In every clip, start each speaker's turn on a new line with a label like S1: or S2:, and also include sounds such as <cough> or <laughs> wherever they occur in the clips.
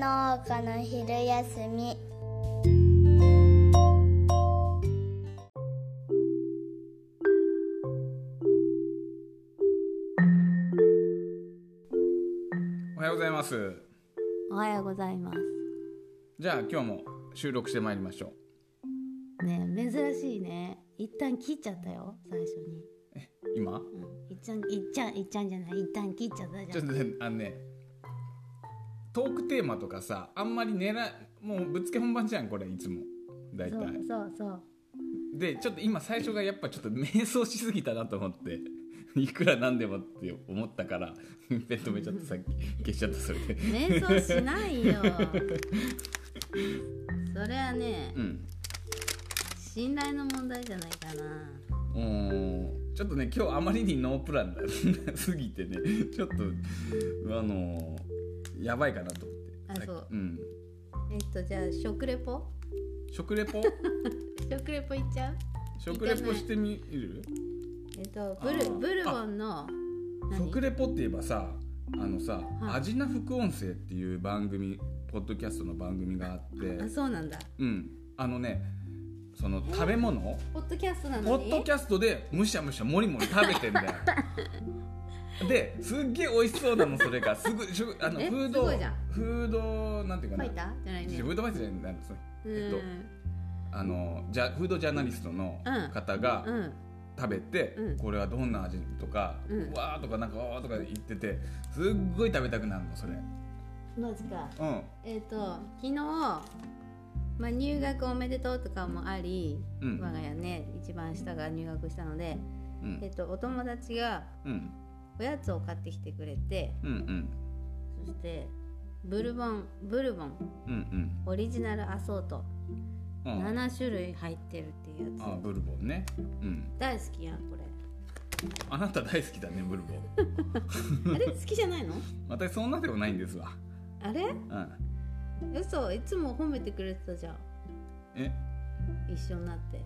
S1: 農家の昼休み
S2: おはようございます
S3: おはようございます。
S2: じゃあ今日も収録してまいりましょ
S3: ねえ珍しいね。一旦切っちゃったよ、最初に。
S2: う今
S3: うん、いっちゃん、いっちゃん、いっちゃんじゃない、一旦切っちゃった
S2: ち
S3: じ
S2: ょっ
S3: ゃん。
S2: とねあのねトークテーマとかさあんまり狙いもうぶっつけ本番じゃんこれいつも大
S3: そう
S2: 体
S3: そうそう。
S2: でちょっと今最初がやっぱちょっと迷走しすぎたなと思って <laughs> いくらなんでもって思ったからペットめちゃったさっき消しちゃったそれで
S3: 瞑想しないよ。それはね
S2: う、ん
S3: 信頼の問題じゃないかな。
S2: うーんちょっとね今日あまりにノープランだ <laughs> すぎてねちょっとあのーやばいかなと思って
S3: あ
S2: さっき
S3: そうんえっと、じゃあ、食レポ
S2: 食レ
S3: <laughs>
S2: ポ
S3: 食レポいっちゃう
S2: 食レポしてみる
S3: えっと、ブ
S2: あ
S3: ル
S2: ー
S3: ブルボンの、何
S2: 食レポって言えばさあのさ「
S3: は
S2: ア
S3: い
S2: ジナ副音声」っていう番組ポッドキャストの番組があって
S3: あ、そうなんだ。
S2: うんあのねその食べ物、
S3: ポッドキャストな
S2: ポ
S3: の
S2: ッ
S3: に
S2: ドキャストでむしゃむしゃもりもり食べてんだ
S3: <laughs>
S2: よですっげえ美味しそうなのそれがす
S3: <laughs>
S2: ぐ食あのフ
S3: え
S2: ード
S3: すごいじゃん
S2: フードなんていう
S3: フ
S2: かな
S3: ァイターじゃないね。
S2: フードファイターじゃないんだその
S3: うん
S2: えっとあのじゃフードジャーナリストの方が、
S3: うん。
S2: 食べて、
S3: うん
S2: これはどんな味とか、
S3: う
S2: うんわーとかなんかわーとか言っててすっごい食べたくなるのそれ
S3: マジか。
S2: うん
S3: えっ、と昨日、まあ、入学おめでとうとかもあり、
S2: うん
S3: 我が家ね一番下が入学したので、
S2: う
S3: えっ
S2: ん
S3: とお友達が
S2: うん
S3: おやつを買ってきてくれて
S2: うんうん
S3: そしてブルボンブルボン
S2: うんうん
S3: オリジナルアソート
S2: うんうん
S3: 7種類入ってるっていうや
S2: あブルボンねうん
S3: つ大好きやんこれ
S2: あなた大好きだねブルボ
S3: <laughs>
S2: ン
S3: あれ好きじゃな
S2: <laughs>
S3: いの
S2: 私そんなでもないんですわ
S3: あれ
S2: うん
S3: 嘘いつも褒めてくれてたじゃん
S2: え
S3: 一緒になって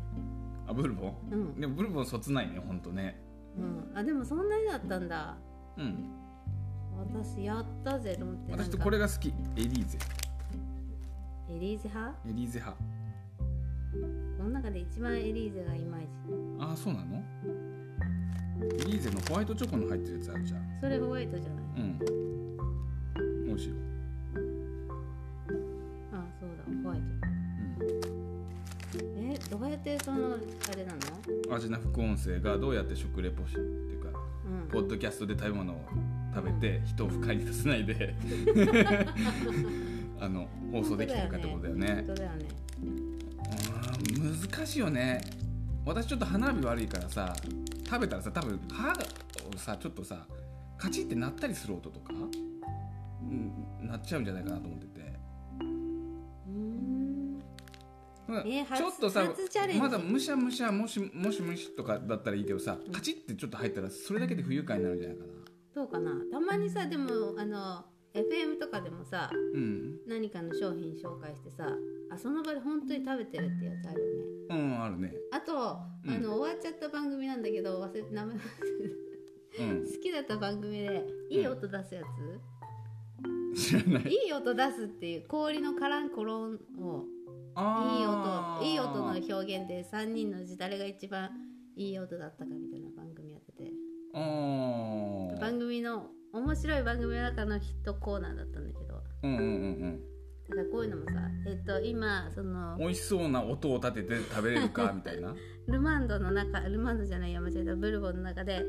S2: あブルボン
S3: うん、
S2: でもブルボンそつないねほんとね
S3: うん、あでもそんなにだったんだ
S2: うん
S3: 私やったぜと思って
S2: 私
S3: なん
S2: と
S3: か
S2: これが好きエリーゼ
S3: エリーゼ派
S2: エリーゼ派
S3: この中で一番エリーゼがいまいち
S2: ああそうなのエリーゼのホワイトチョコの入ってるやつあるじゃん
S3: それホワイトじゃない
S2: うん美味しいよ
S3: あそうだホワイト
S2: うん
S3: えどうやってそのあれなの
S2: アジナ副音声がどうやって食レポしっていうか
S3: うん
S2: ポッドキャストで食べ物を食べて人を不快にさせない
S3: <laughs>
S2: であの放送できてるかってことだよね
S3: 本当だよね
S2: うん難しいよね私ちょっと花火悪いからさ食べたらさ多分歯をさちょっとさカチって鳴ったりする音とか、うん、鳴っちゃうんじゃないかなと思ってて。
S3: うーん
S2: うん
S3: えー初
S2: ちょっとさ
S3: 初チャレンジ
S2: まだむしゃむしゃもしもしむしとかだったらいいけどさカチッってちょっと入ったらそれだけで不愉快になるんじゃないかな
S3: どうかなたまにさでもあの FM とかでもさ
S2: うん
S3: 何かの商品紹介してさあその場で本当に食べてるってやつあるよね
S2: うんあるね
S3: あと、
S2: うん
S3: あの終わっちゃった番組なんだけど忘れて名前忘れ
S2: う
S3: <laughs> て好きだった番組でいい音出すやつ、
S2: ん知らない
S3: いい音出すっていう氷のカランコロンをいい
S2: あ
S3: 音
S2: ー
S3: いい音の表現で3人のうち誰が一番いい音だったかみたいな番組やってて
S2: あー
S3: 番組の面白い番組の中のヒットコーナーだったんだけどだか
S2: うんうんうん
S3: らこういうのもさえっと今そ
S2: うん
S3: の
S2: 美味しそうな音を立てて食べれるかみたい
S3: <laughs>
S2: な
S3: ルマンドの中ルマンドじゃない山間違えたブルボンの中で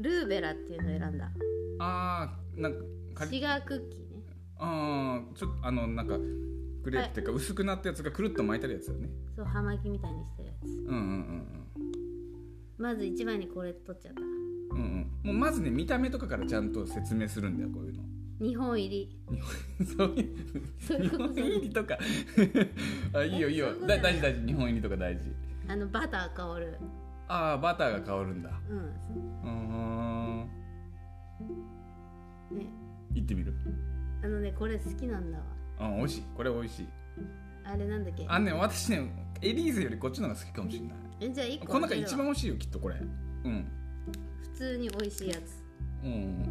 S3: ルーベラっていうのを選んだ
S2: あーなんかカリ
S3: シガークッキーね
S2: あーちょっとあのなんかクレープっていうか薄くなったやつがくるっと巻いてあるやつだよね
S3: そう葉巻みたいにしてるやつ
S2: うんうんうん
S3: まず一番にこれ取っちゃった
S2: うんうんうんもうまずね見た目とかからちゃんと説明するんだよこういうの
S3: 2本入り
S2: <laughs> そういう
S3: そうい
S2: 日
S3: うこと
S2: 本入 <laughs> り
S3: <laughs>
S2: とかあいいよいい
S3: そう
S2: よ
S3: いうことじゃ
S2: だ
S3: ない
S2: 大事大事日本入りとか大事
S3: あのバター香る
S2: ああバターが香るんだ
S3: うん
S2: うーん
S3: ね
S2: 行ってみる
S3: あのねこれ好きなんだわ
S2: うん美味しいこれ美味しい
S3: あれなんだっけ
S2: あのね私ねエリーゼよりこっちの方が好きかもしれない
S3: えじゃあ1個
S2: この中一番
S3: それは
S2: 美味しいよきっとこれうん
S3: 普通に美味しいやつ
S2: うん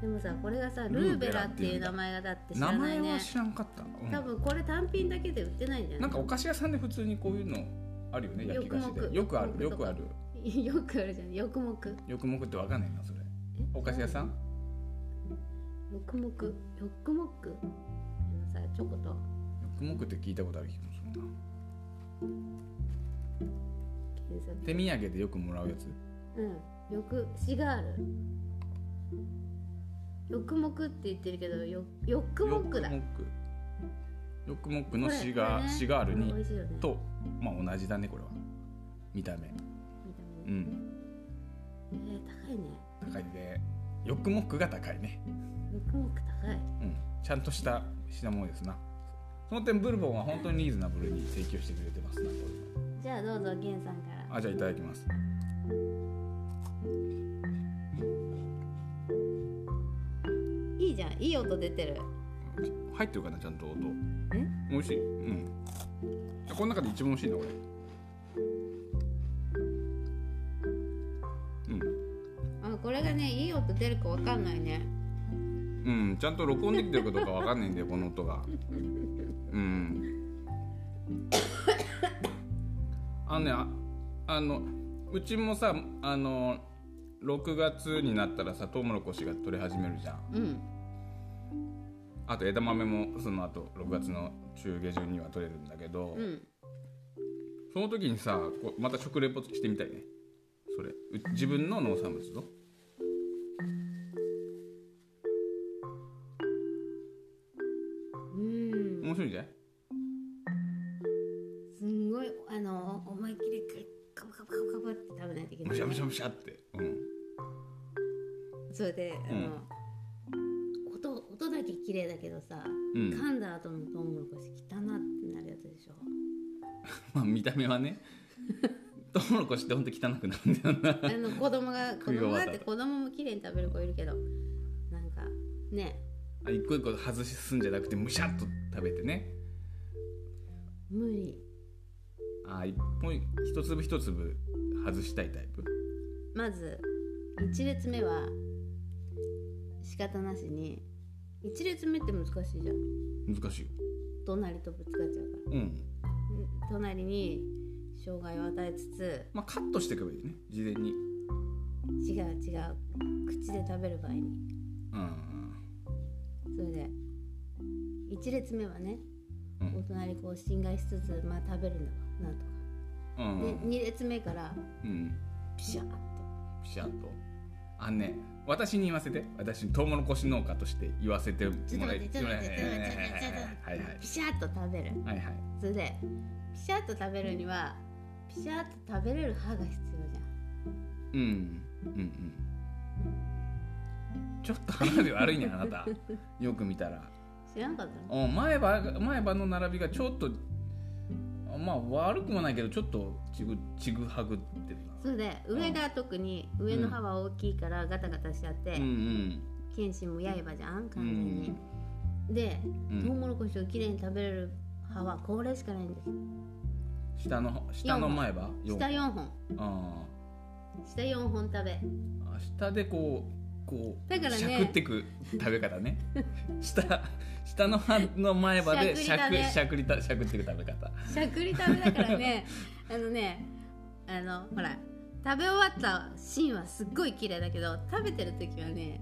S3: でもさこれがさ
S2: ル
S3: ル
S2: ー
S3: ー
S2: ベ
S3: ベ
S2: ラ
S3: ラ
S2: っ
S3: ってて
S2: い
S3: いううん
S2: だ
S3: 名前がだって知
S2: 名
S3: らな
S2: 前
S3: い
S2: は
S3: ね
S2: 知らんかった、うん
S3: 多分これ単品だけで売ってないんじゃな
S2: ないんかお菓子屋さんで普通にこういうのあるよね焼き菓子でよ
S3: よ
S2: く
S3: く
S2: あ
S3: も
S2: る
S3: く
S2: よくある
S3: よくあるじゃんよくもく
S2: よくもくってわかんないなそれお菓子屋さん
S3: よくもくよくもくあのさチョコと
S2: よくもくって聞いたことある気もするな
S3: 検索
S2: 手土産でよくもらうやつ
S3: うんよくシガールよくもくって言ってるけどよよくもくだ
S2: よくもくよくもくの
S3: これ
S2: シガ,、
S3: これね
S2: シガールに
S3: 美味しいよね
S2: とまあ同じだねこれは見た目
S3: 見た目
S2: う
S3: ね
S2: ん
S3: えー、高いね
S2: 高いねよくもくが高いね
S3: よくもく高い
S2: うんちゃんとした品物ですなその点ブルボンは本当にリーズナブルに提供してくれてますなこれ
S3: じゃあどうぞゲンさんから
S2: あじゃあいただきます
S3: いいじゃんいい音出てる
S2: 入ってるかなちゃんと音
S3: え
S2: 美味しいうんこの中で一番美味しいなこれ
S3: あこれがねいい音出るかわかんないね
S2: うん、うん、ちゃんと録音できてるかどうかわかんないんだよこの音がうんあのねああのうちもさあの6月になったらさトウモロコシが取れ始めるじゃん
S3: うん
S2: あと枝豆もその後6月の中下旬には取れるんだけど、
S3: うん
S2: その時にさこうまた食レポしてみたいねそれう自分の農産物の
S3: うん
S2: 面白いんじゃない
S3: すんごいあの思いっきりカブカブカブカブって食べないといけな
S2: む
S3: い
S2: しゃむしゃむしゃって、うん、
S3: それで
S2: う
S3: あの、音音だけ綺麗だけどさ、
S2: うん
S3: 噛んだ後のトウモロコシ汚なってなるやつでしょ
S2: まあ見た目は
S3: <laughs>
S2: ねトウモロコシってほんと汚くなるんだよな
S3: あの子供が子
S2: 食い終
S3: 供
S2: わっ
S3: だ
S2: た
S3: って子供も綺麗に食べる子いるけどなんかね
S2: あ一個一個外すんじゃなくてむしゃっと食べてね
S3: 無理
S2: あ一本一粒一粒外したいタイプ
S3: まず1列目は仕方なしに1列目って難しいじゃん
S2: 難しいよ
S3: 隣とぶつかっちゃうから
S2: うん
S3: うん隣に障害を与えつつ
S2: まあカットしていけばいいね事前に
S3: 違う違う口で食べる場合に
S2: うん
S3: それで1列目はね、
S2: うん
S3: お隣こう侵害しつつまあ食べるのはなんとか、
S2: うん
S3: で2列目から
S2: うん
S3: ピシャーッと
S2: ピシャッとあのね私に言わせて私にトウモロコシ農家として言わせてもらい
S3: ちょっと待ってちょっと待ってちょっと待ってちょっと待って
S2: はいはい
S3: ピシャーッと食べる
S2: はいはい
S3: それでピシャーッと食べるにはピシャーッと食べれる歯が必要じゃん
S2: うんうんうんちょっと歯並び悪いねあな
S3: <laughs>
S2: たよく見たら
S3: 知らんかったの
S2: うん前歯が前歯の並びがちょっとまあ悪くもないけどちょっとちぐちぐはぐってる
S3: それで上が特に上の歯は大きいからガタガタしちゃって、
S2: なうん
S3: 剣心も刃じゃん完
S2: うんう
S3: 全に
S2: ん、
S3: で、
S2: うん
S3: トウモロコシをきれいに食べれる歯はこれしかないんです
S2: 下の下の前歯四
S3: 下4本
S2: あ
S3: 下4本食べ
S2: ーあ下でこうこう
S3: だからね
S2: しゃくってく食べ方
S3: <laughs>
S2: ね下下の歯の前歯でし
S3: し
S2: ゃく
S3: ゃくりだね
S2: しゃくりたしゃくってく食べ方
S3: しゃくり食べだか
S2: <laughs>
S3: らねあのねあのほら食べ終わったシーンはすっごい綺麗だけど食べてる時はね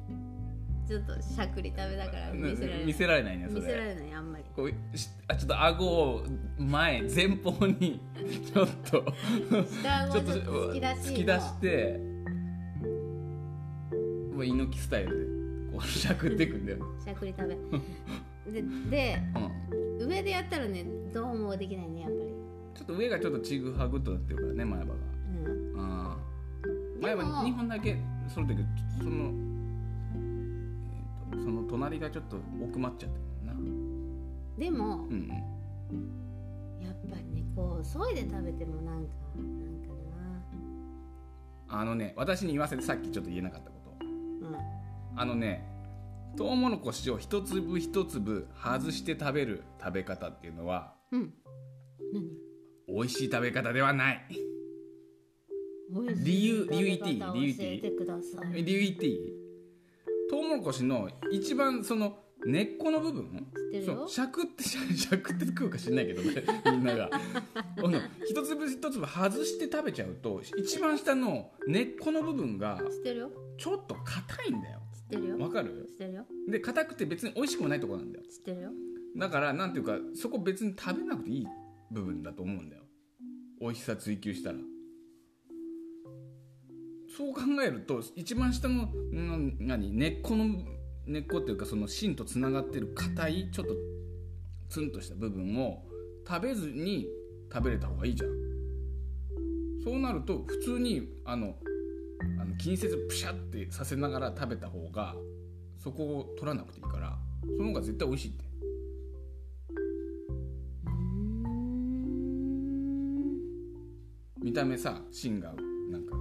S3: ちょっとしゃくり食べだから見せられない
S2: 見せられないねそれ
S3: 見せられないあんまり
S2: こうしあちょっと顎を前前方に <laughs> ちょっ
S3: <laughs>
S2: と
S3: 下顎を
S2: ち
S3: ち
S2: ょ
S3: ょ
S2: っ
S3: っ
S2: と突
S3: と突き出し
S2: き出してもう猪木スタイルでこうしゃくっていくんだよ、
S3: しゃくり食べ
S2: <laughs>
S3: でで
S2: うん、
S3: 上でやったらねどうもできないねやっぱり
S2: ちょっと上がちょっとちぐはぐっとなってるからね前歯が
S3: うん
S2: あー前
S3: で
S2: 歯
S3: も
S2: 2本だけそれだけどその、えーとその隣がちょっと奥まっちゃってるなうん
S3: でも、
S2: うん
S3: やっぱりねこうそいで食べてもなんかなんか
S2: あのね私に言わせてさっきちょっと言えなかったこと
S3: な
S2: あのねトウモロコシを一粒一粒外して食べる食べ方っていうのは
S3: うんうん何
S2: 美味しい食べ方ではない
S3: 美味しい
S2: 理由
S3: 食べ方
S2: 理由言っていい
S3: 教えてください
S2: 理由言っていいトウモロコシの一番その根っこの部分
S3: 知ってる
S2: そ
S3: よ
S2: うしゃくって <laughs> しゃしゃくって食うか知んないけどねみんながあの一粒一粒外して食べちゃうと一番下の根っこの部分が
S3: 知ってるよ
S2: ちょっと硬いんだよ
S3: 知ってるよ
S2: わかる
S3: 知ってるよ
S2: で硬くて別に美味しくもないとこなんだよ
S3: 知ってるよ
S2: だからなんていうかそこ別に食べなくていい部分だと思うんだよ美味しさ追求したらそう考えると一番下のん何根っこの根っこっていうかその芯とつながってる硬いちょっとツンとした部分を食べずに食べれた方がいいじゃんそうなると普通にあのあの気にせずプシャってさせながら食べた方がそこを取らなくていいからその方が絶対美味しいって
S3: うーん
S2: 見た目さ芯がなんか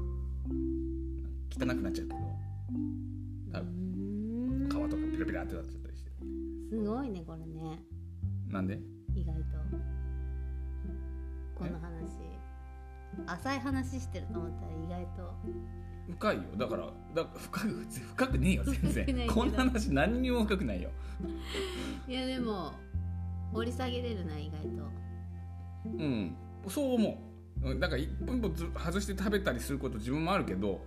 S2: 汚くなっちゃうけど多分
S3: うーん
S2: 皮とかピラピラってなっちゃったりして
S3: すごいねこれね
S2: なんで
S3: 意外とこの話浅い話してると思ったら意外と
S2: 深いよだからだ深く深くねえよ全
S3: 深くない
S2: 然
S3: けど
S2: こんな話何にも深くないよ
S3: いやでも掘り下げれるな意外と
S2: うんそう思ううんだから一本一本ず外して食べたりすること自分もあるけど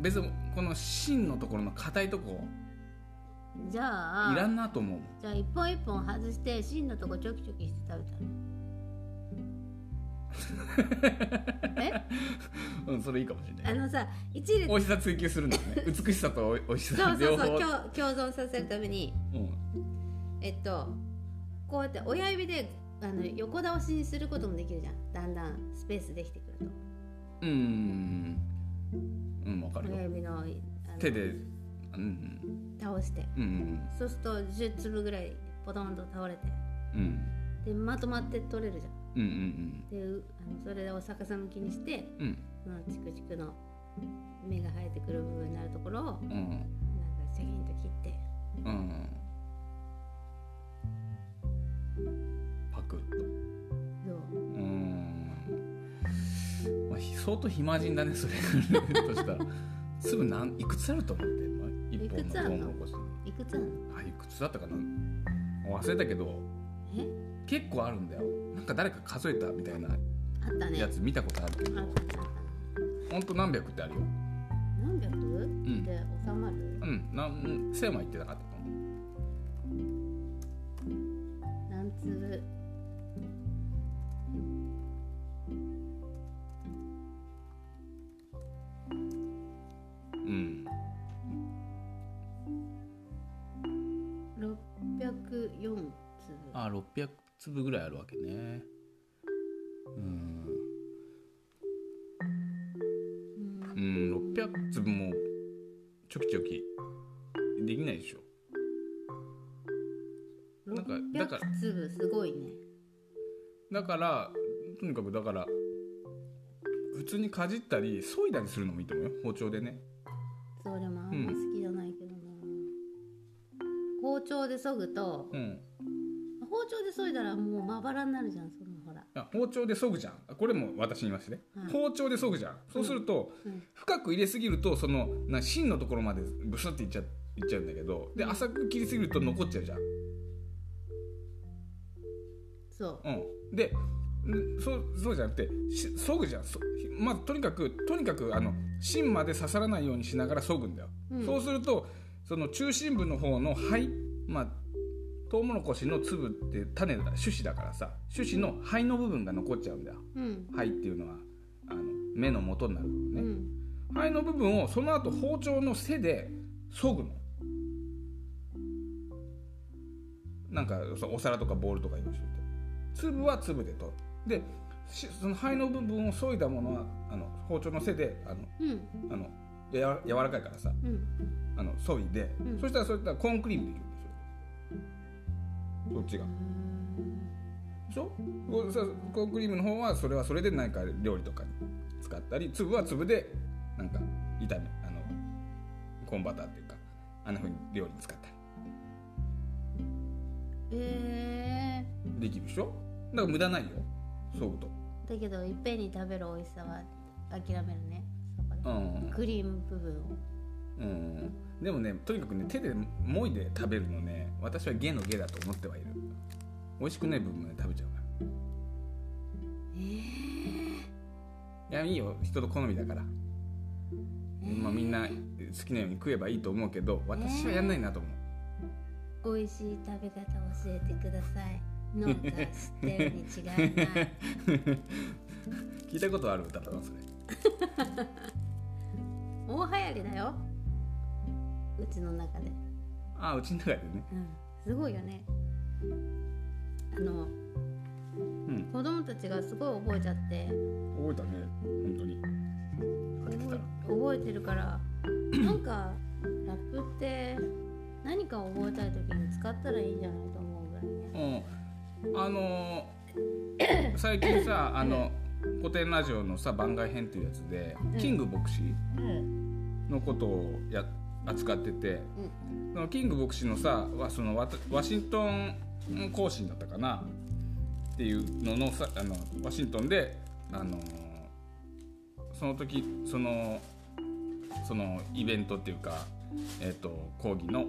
S2: 別にこの芯のところの硬いとこ
S3: じゃ
S2: いら
S3: あ
S2: んなと思う
S3: じゃあ一本一本外して芯のとこチョキチョキして食べたらえ
S2: うんそれいいかもしれな
S3: あ
S2: い
S3: のさ一列
S2: 美味しさ追求するんだよね美しさと美味し
S3: そ
S2: さ
S3: うそ
S2: 両
S3: うそ
S2: 方
S3: う共共存させるために
S2: うん
S3: えっとこうやって親指であの横倒しにすることもできるじゃんだんだんスペースできてくる
S2: うんうんわか
S3: と
S2: るよ
S3: 親指のあの
S2: 手でうん
S3: 倒して
S2: うんうん
S3: そうすると10粒ぐらいポトンと倒れて
S2: うん
S3: でまとまって取れるじゃん
S2: うんうん
S3: でうあのそれを逆さ向きにして
S2: うんうん
S3: そのチクチクの芽が生えてくる部分になるところをなんか
S2: うん
S3: シャキンと切って
S2: うんパクッと
S3: どう
S2: うーん、まあ、ひ相当暇人だねそれとしたら粒なんいくつあると思ってんの一本
S3: いくつあ
S2: の
S3: ん
S2: ト
S3: の
S2: ウモロコシ
S3: いくつなの
S2: あいくつだったかな忘れたけど
S3: え
S2: 結構あるんだよなんか誰か数えたみたいな
S3: あったね
S2: やつ見たことあるけど
S3: あったあった
S2: ほんと何百ってあるよ
S3: 何百
S2: ん
S3: って収まる、
S2: うんなん1000は言ってなかったと思う
S3: 何粒
S2: うん
S3: 604粒
S2: あ600粒ぐらいあるわけねうん
S3: うん
S2: うん600粒もちょきちょきできないでしょなんかだから
S3: 600粒すごいね
S2: だからとにかくだから普通にかじったり削いだりするのもいいと思うよ包丁でね
S3: それもあんま好きじゃないけどな、包丁で削ぐと
S2: うん
S3: 包丁で削いだらもうまばらになるじゃんそのほら、
S2: あ包丁で削ぐじゃんあこれも私に言いますね、
S3: はい
S2: 包丁で削ぐじゃんそうすると、
S3: うん
S2: 深く入れすぎるとそのな芯のところまでブスっていっちゃいっちゃうんだけどで浅く切りすぎると残っちゃうじゃん
S3: そう
S2: うん、でんそうそうじゃなくてし削ぐじゃんそまずとにかくとにかくあの芯まで刺さらないようにしながら削ぐんだよ、
S3: うん
S2: そうするとその中心部の方の肺まあトウモロコシの粒って種だ種子だからさ種子の肺の部分が残っちゃうんだよ
S3: うん
S2: 肺っていうのはあの目の元になる部分
S3: う
S2: ね、
S3: ん
S2: 肺の部分をその後包丁の背で削ぐのなんかそうお皿とかボールとか用意しておいて粒は粒で取るでしその肺の部分を削いだものはあの包丁の背であの
S3: うん
S2: あのやわ柔らかいからさ
S3: うん
S2: あの削いで、
S3: うん
S2: そしたらそういったらコーンクリームできるんですよそっちがでしょこうさコーンクリームの方はそれはそれで何か料理とかに使ったり粒は粒でなんか炒めあのコーンバターっていうかあんなふうに料理に使った
S3: え
S2: りできるでしょだから無駄ないよそうと
S3: ー、だけどいっぺんに食べる美味しさは諦めるねそこで、
S2: うん
S3: クリーム部分を
S2: ううんでもねとにかくね手でもいで食べるのね私はゲのゲだと思ってはいる美味しくない部分まで食べちゃうからいやいいよ人の好みだから、まあ、みんな好きなように食えばいいと思うけど私はやんないなと思う、
S3: 美味しい食べ方教えてください農家知ってるに
S2: <laughs>
S3: 違いない
S2: 聞いたことある歌だなそれ
S3: 大流行りだようちの中で
S2: ああうちの中でね
S3: うんすごいよねあの
S2: うん
S3: 子供たちがすごい覚えちゃって
S2: 覚えたね本当に
S3: すごい覚えてるからなんかラップって何かを覚えたい時に使ったらいいんじゃないと思うぐらいね
S2: うんあのー最近さあの古典ラジオのさ番外編っていうやつで、
S3: ん
S2: キング牧師
S3: うん
S2: のことをや扱ってて、そのキング牧師のさはそのワタワシントン行進だったかなっていうののさあのワシントンであのーその時そのそのイベントっていうか、えー、と講義の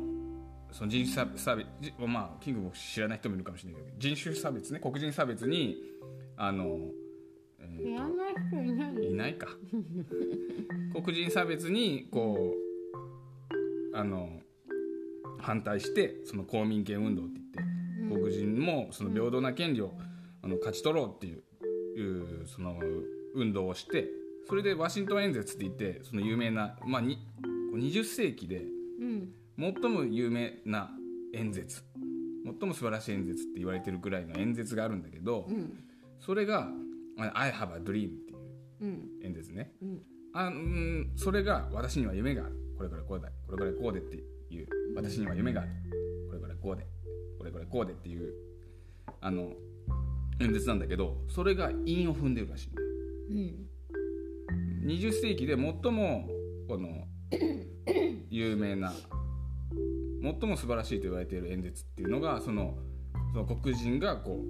S2: その人種差別差別じまあキング牧師知らない人もいるかもしれないけど人種差別ね黒人差別にあの、えーと
S3: 知らない人いない
S2: いないか黒人差別にこうあの反対してその公民権運動って言って黒人もその平等な権利をあの勝ち取ろうっていういうその運動をしてそれでワシントン演説って言ってその有名な、まあ、に20世紀で
S3: うん
S2: 最も有名な演説最も素晴らしい演説って言われてるぐらいの演説があるんだけど
S3: うん
S2: それが「あの I have a dream」っていう
S3: うん
S2: 演説ね。
S3: うん
S2: あうんそれが私には夢があるこれからこうだこれからこうでっていう私には夢があるこれからこうでこれからこうでっていうあの演説なんだけどそれが韻を踏んでるらしいんだよ
S3: うん
S2: 20世紀で最もこの有名な最も素晴らしいと言われている演説っていうのがそのその黒人がこ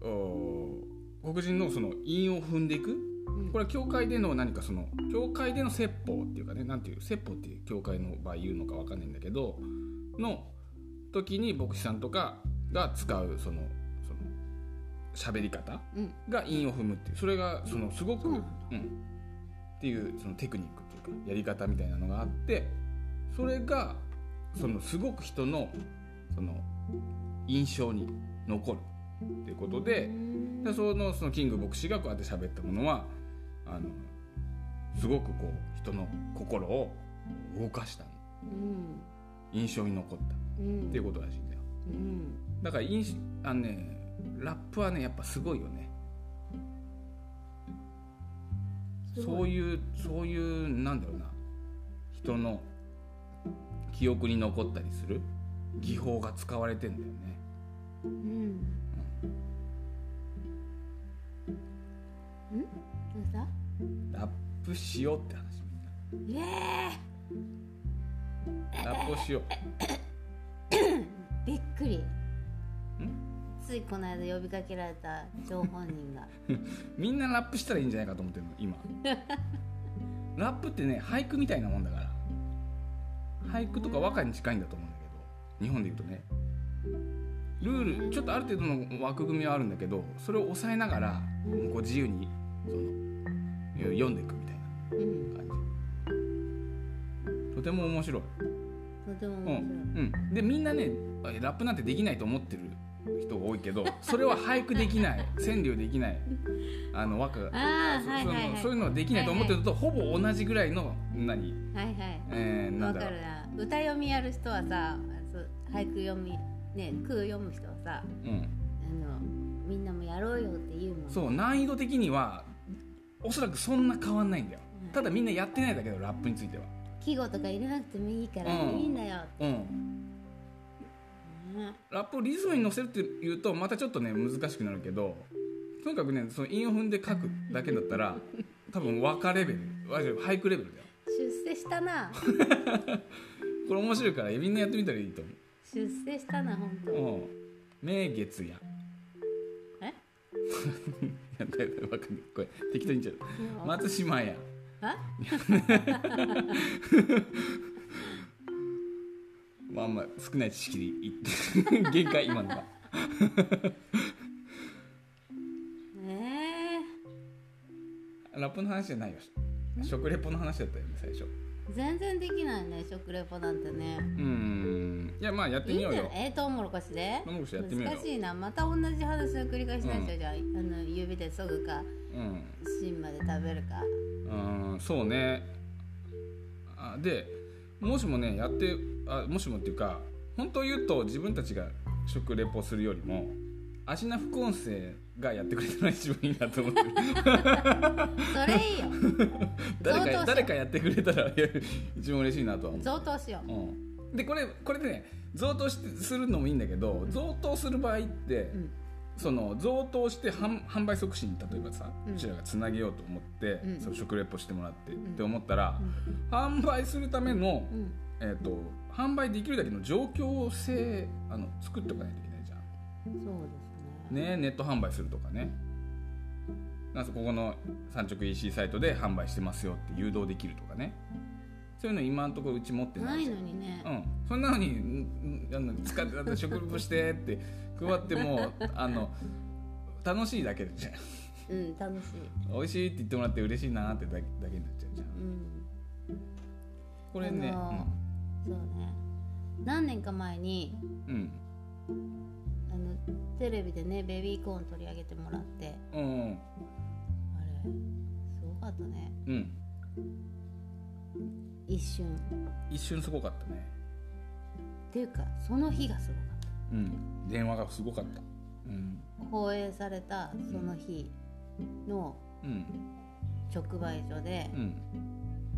S2: うおー黒人のその韻を踏んでいく
S3: うん
S2: これは教会での何かその教会での説法っていうかねなんていう説法っていう教会の場合言うのかわかんないんだけどの時に牧師さんとかが使うそのその喋り方
S3: うん
S2: が韻を踏むっていうそれがそのすごく、
S3: そう
S2: う
S3: な
S2: ん
S3: んだ
S2: っていうそのテクニックっていうかやり方みたいなのがあってそれがそのすごく人のその印象に残るっていうことで。でそのそのキング牧師がこうやって喋ったものはあのすごくこう人の心を動かした
S3: うん
S2: 印象に残ったっ
S3: うん
S2: ていうことらしいんだよ
S3: うん
S2: だから印あのねラップはねやっぱすごいよね
S3: す
S2: そ
S3: ごい
S2: ういうそういうなんだろうな人の記憶に残ったりする技法が使われてんだよね
S3: うん。ん？どうした？
S2: ラップしようって話みんな
S3: ええ
S2: ラップをしよう
S3: ー、びっくり。ついこの間呼びかけられた張本人が。
S2: みんなラップしたらいいんじゃないかと思ってるの今ラップってね俳句みたいなもんだから俳句とか和歌に近いんだと思うんだけど日本で言うとねルールちょっとある程度の枠組みはあるんだけどそれを抑えながらこう自由にその読んでいくみたい
S3: うん。
S2: な感じとても面白い
S3: とても
S2: うん、
S3: 面
S2: うん、でみんなねラップなんてできないと思ってる人が多いけどそれは俳句できない川柳できないあの和歌が
S3: あ
S2: そ
S3: あはいはいはい
S2: そのそういうのはできないと思ってると、ほぼ同じぐらいの何、
S3: 白い。はいはい。
S2: えー、な
S3: わ
S2: んだ
S3: か
S2: ろ
S3: るな。歌読みやる人はさ、そう俳句読みね、句読む人はさ、
S2: う、うん、
S3: あのみんなもやろうよって言うもん。
S2: そう難易度的にはおそらくそんな変わんないんだよ
S3: うん
S2: ただみんなやってないだけどラップについては
S3: 季語とか入れなくてもいいから
S2: うん
S3: いいんだよ。
S2: うん
S3: ね
S2: ラップをリズムに乗せるっていうとまたちょっとね難しくなるけどとにかくねその韻を踏んで書くだけだった
S3: <laughs>
S2: ら多分和歌レベル和俳句レベルだよ
S3: 出世したな。
S2: これ面白いからみんなやってみたらいいと思
S3: 出世したな本当。
S2: う。うん。名月や。
S3: え？
S2: やだやだわかんない。これ適当に言っちゃう。
S3: もう
S2: 松島や。
S3: あ？
S2: まああんま少ない知識でいって <laughs> 限界今のは
S3: え
S2: ラップの話じゃないよ食レポの話だったよね最初
S3: ー、全然できないね食レポなんてね
S2: うんいやまあやって
S3: いいん
S2: み
S3: じ
S2: よ
S3: ゃ
S2: う
S3: ない
S2: よ
S3: えー、トウモロコシで
S2: トウモロコシやってみようよ
S3: 難しいなまた同じ話を繰り返しないじゃん、じゃああの指で削ぐか
S2: うん
S3: 芯まで食べるか
S2: うんそうねあでもしもねやってあもしもっていうか本当言うと自分たちが食レポするよりも足な副音声がやってくれたら一番いいなと思ってる
S3: それいいよ
S2: <laughs>
S3: 贈
S2: 誰
S3: 答しよ
S2: か
S3: う
S2: 誰かやってくれたらいや一番嬉しいなとは思う
S3: 贈答しよう
S2: うん、でこれこれでね贈答してするのもいいんだけど贈答する場合って、
S3: ん
S2: その贈答して販販売促進に例えばさ、う
S3: うん
S2: ちらがつなげようと思って、
S3: うん
S2: その食レポしてもらって、
S3: ん
S2: って思ったら、販売するための、
S3: うん
S2: えー、と販売できるだけの状況性あの作っておかないといけないじゃん。
S3: そうですね
S2: ね、ネット販売するとかねなんせここの産直 EC サイトで販売してますよって誘導できるとかねそういうの今のところうち持ってな
S3: ないい
S2: じゃん
S3: のにね、
S2: うん、そんなのにんんあの使ってた食レポしてって配ってもあの楽しいだけじゃん
S3: うん、楽しい
S2: 美味しいって言ってもらって嬉しいなってだけだけになっちゃうじゃん
S3: うん
S2: これね
S3: あのそうね何年か前に
S2: うん
S3: あのテレビでねベビーコーン取り上げてもらって
S2: うんうん
S3: あれすごかったね
S2: うん
S3: 一瞬
S2: 一瞬すごかったね
S3: っていうかその日がすごかっ
S2: うん電話がすごかったうん
S3: た放映されたその日の
S2: うん
S3: 直売所で、
S2: うん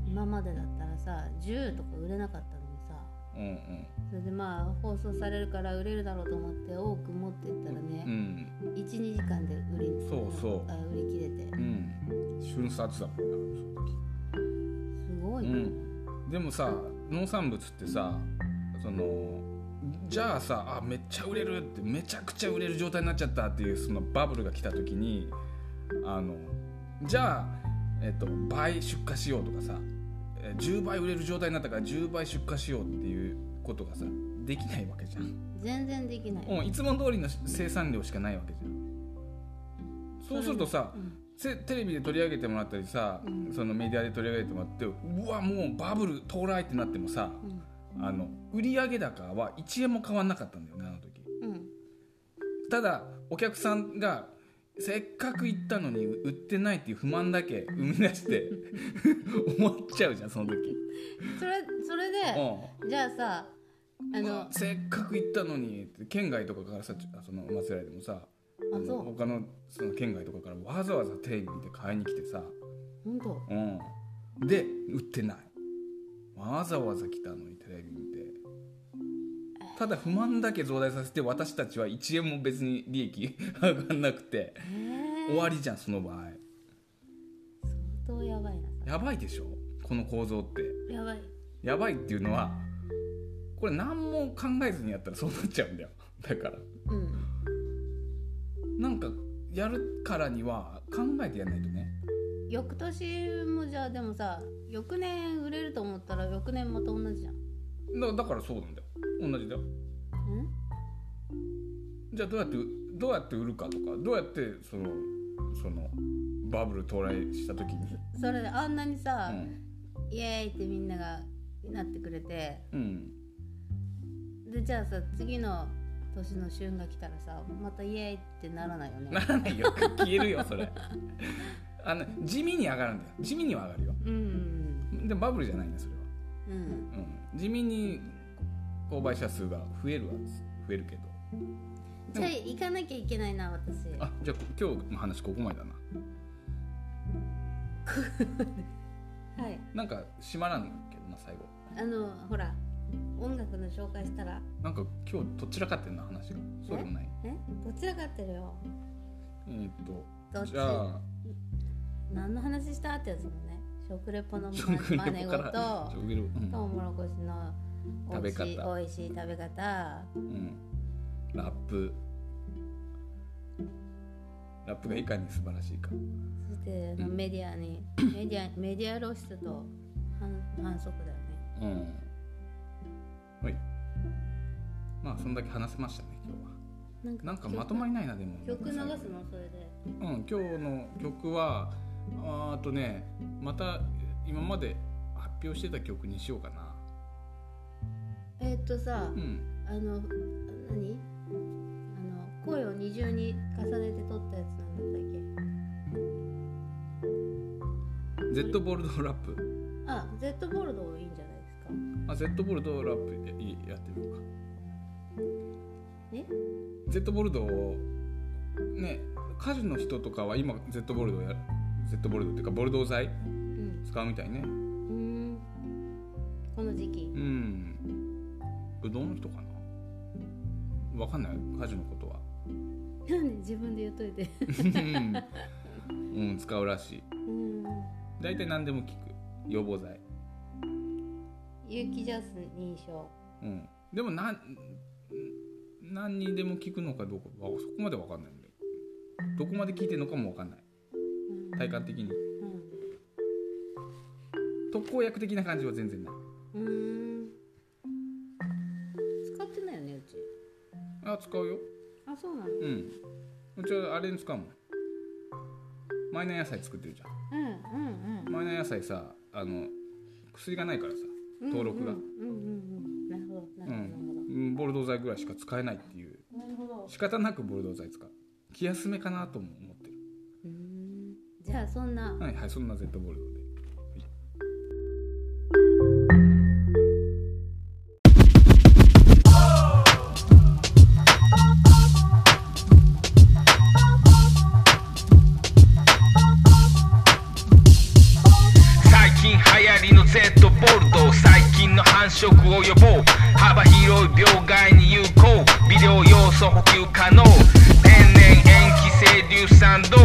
S3: 今までだったらさ10とか売れなかったのにさ
S2: うんうん
S3: それでまあ放送されるから売れるだろうと思って多く持ってったら
S2: う
S3: ね、
S2: ん
S3: 12時間で売り
S2: そうそう
S3: あ売り切れて
S2: うん瞬殺だもんなその時
S3: すごいね、
S2: うんでもさ農産物ってさそのじゃあさあめっちゃ売れるってめちゃくちゃ売れる状態になっちゃったっていうそのバブルが来た時にあのじゃあ、えっと、倍出荷しようとかさえー10倍売れる状態になったから10倍出荷しようっていうことがさできないわけじゃん、
S3: 全然できない、
S2: うん、いつも通りの生産量しかないわけじゃんそうするとさ、
S3: うん
S2: せテレビで取り上げてもらったりさ、
S3: うん
S2: そのメディアで取り上げてもらってうわもうバブル到来ってなってもさ、
S3: うん
S2: あの売上高は1円も変わんなかったんだよねあの時
S3: うん
S2: ただお客さんがせっかく行ったのに売ってないっていう不満だけ <laughs> 生み出して思っちゃうじゃんその時、
S3: それそれで、
S2: う
S3: じゃあさあ
S2: ん、
S3: の
S2: せっかく行ったのにって県外とかからさちょその松浦でもさ
S3: あ
S2: の
S3: そう
S2: 他のその県外とかからわざわざテレビで買いに来てさ
S3: 本当
S2: うん、で売ってないわざわざ来たのにテレビ見てただ不満だけ増大させて私たちは1円も別に利益 <laughs> 上がんなくて
S3: えー
S2: 終わりじゃんその場合
S3: 相当やばいな
S2: やばいでしょこの構造って
S3: やばい
S2: やばいっていうのはこれ何も考えずにやったら <laughs> そうなっちゃうんだよだから
S3: うん
S2: なんかやるからには考えてやんないとね
S3: 翌年もじゃあでもさ翌年売れると思ったら翌年また同じじゃん
S2: だだからそうなんだよ同じだよじゃあどうやってどうやって売るかとかどうやってそのそのバブル到来した時に
S3: んそれであんなに
S2: う
S3: さ、
S2: ん
S3: イエーイってみんながなってくれて
S2: うん
S3: でじゃあさ次の年の旬が来たらさまたイエーイってならないよ
S2: な
S3: ね
S2: らないよ消えるよそれあの地味に上がるんだよ地味には上がるよ
S3: うん
S2: でもバブルじゃないんだよそれは、
S3: うん
S2: うん、地味に購買者数が増えるは増えるけど
S3: じゃあ行かなきゃいけないな私
S2: あじゃあ今日の話ここまでだな
S3: はい
S2: なんか閉まらんけどな最後
S3: あのほら音楽の紹介したら
S2: なんか今日どちらかってんな話がそうでもない
S3: えどちらかってるよ
S2: えーっと
S3: どっち
S2: じゃあ
S3: 何の話したってやつもね食レポのま
S2: 食レ
S3: 真
S2: ポ
S3: 似
S2: から
S3: 事
S2: 食レポうん
S3: トウモロコシの
S2: 食べ方
S3: 美味しい美味しい食べ方
S2: うん、ラップラップがいかに素晴らしいか
S3: そしてあのメディアにメディアメディア露出と反反則だよね
S2: うんはいそんだけ話せましたね今日は
S3: なんか
S2: なんかまとまりないなでも
S3: 曲流す
S2: なんか
S3: の
S2: 最後
S3: それで
S2: うん、今日の曲はあーあとねまた今まで発表してた曲にしようかな
S3: えーっとさ、
S2: うん
S3: あの何あの声を二重に重ねて撮ったやつなんだったっけ
S2: Z ボルドラップ
S3: あ Z ボルドいいんじゃないですか
S2: あ Z ボルドラップでいいやってみようか
S3: ね
S2: Z ボルドをね歌手の人とかは今 Z ボルドや Z ボルドっていうかボルドー剤
S3: うん
S2: 使うみたいね
S3: うーんこの時期
S2: うんぶどうの人かなわかんない歌手のことは
S3: なんで自分で言っといて
S2: うんうん使うらしいう
S3: ーん
S2: 大体何でも効く予防剤
S3: 有機ジャス認証
S2: うん、でもなん何にでも効くのかどうかわそこまで分かんないんだよどこまで効いてるのかも分かんない
S3: うん
S2: 体感的に特効薬的な感じは全然ない
S3: うんうーん使ってないよねうち
S2: あ使うよ
S3: あそうなの
S2: うんうちはあれに使うもんマイナー野菜作ってるじゃ
S3: うんうんうん
S2: んマイナー野菜さあの薬がないからさ
S3: うん
S2: 登録が
S3: うんうんうんうんなるほどな
S2: う
S3: るほどなるほど
S2: ん、うん、ボルドー剤ぐらいしか使えないっていう
S3: なるほど
S2: 仕方なくボルドー剤使う気休めかなとも思ってる
S3: うーんじゃあそんな
S2: はいはいそんな Z ボルドーで
S4: 最近流行りの Z ボルト細菌の繁殖を予防幅広い病害に有効微量要素補給可能天然塩基性硫酸銅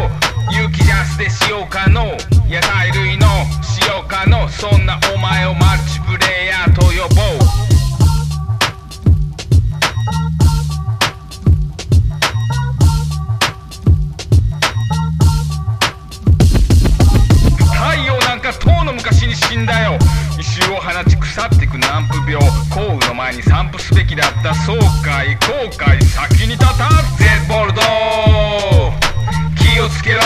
S4: 有機ジャスで使用可能野菜類の使用可能そんなお前をマルチプレイヤーと呼ぼう太陽なんかとうの昔に死んだよ石を放ち腐ってく南部病降雨の前に散布すべきだった爽快後悔先に立たずゼッボルド気をつけろ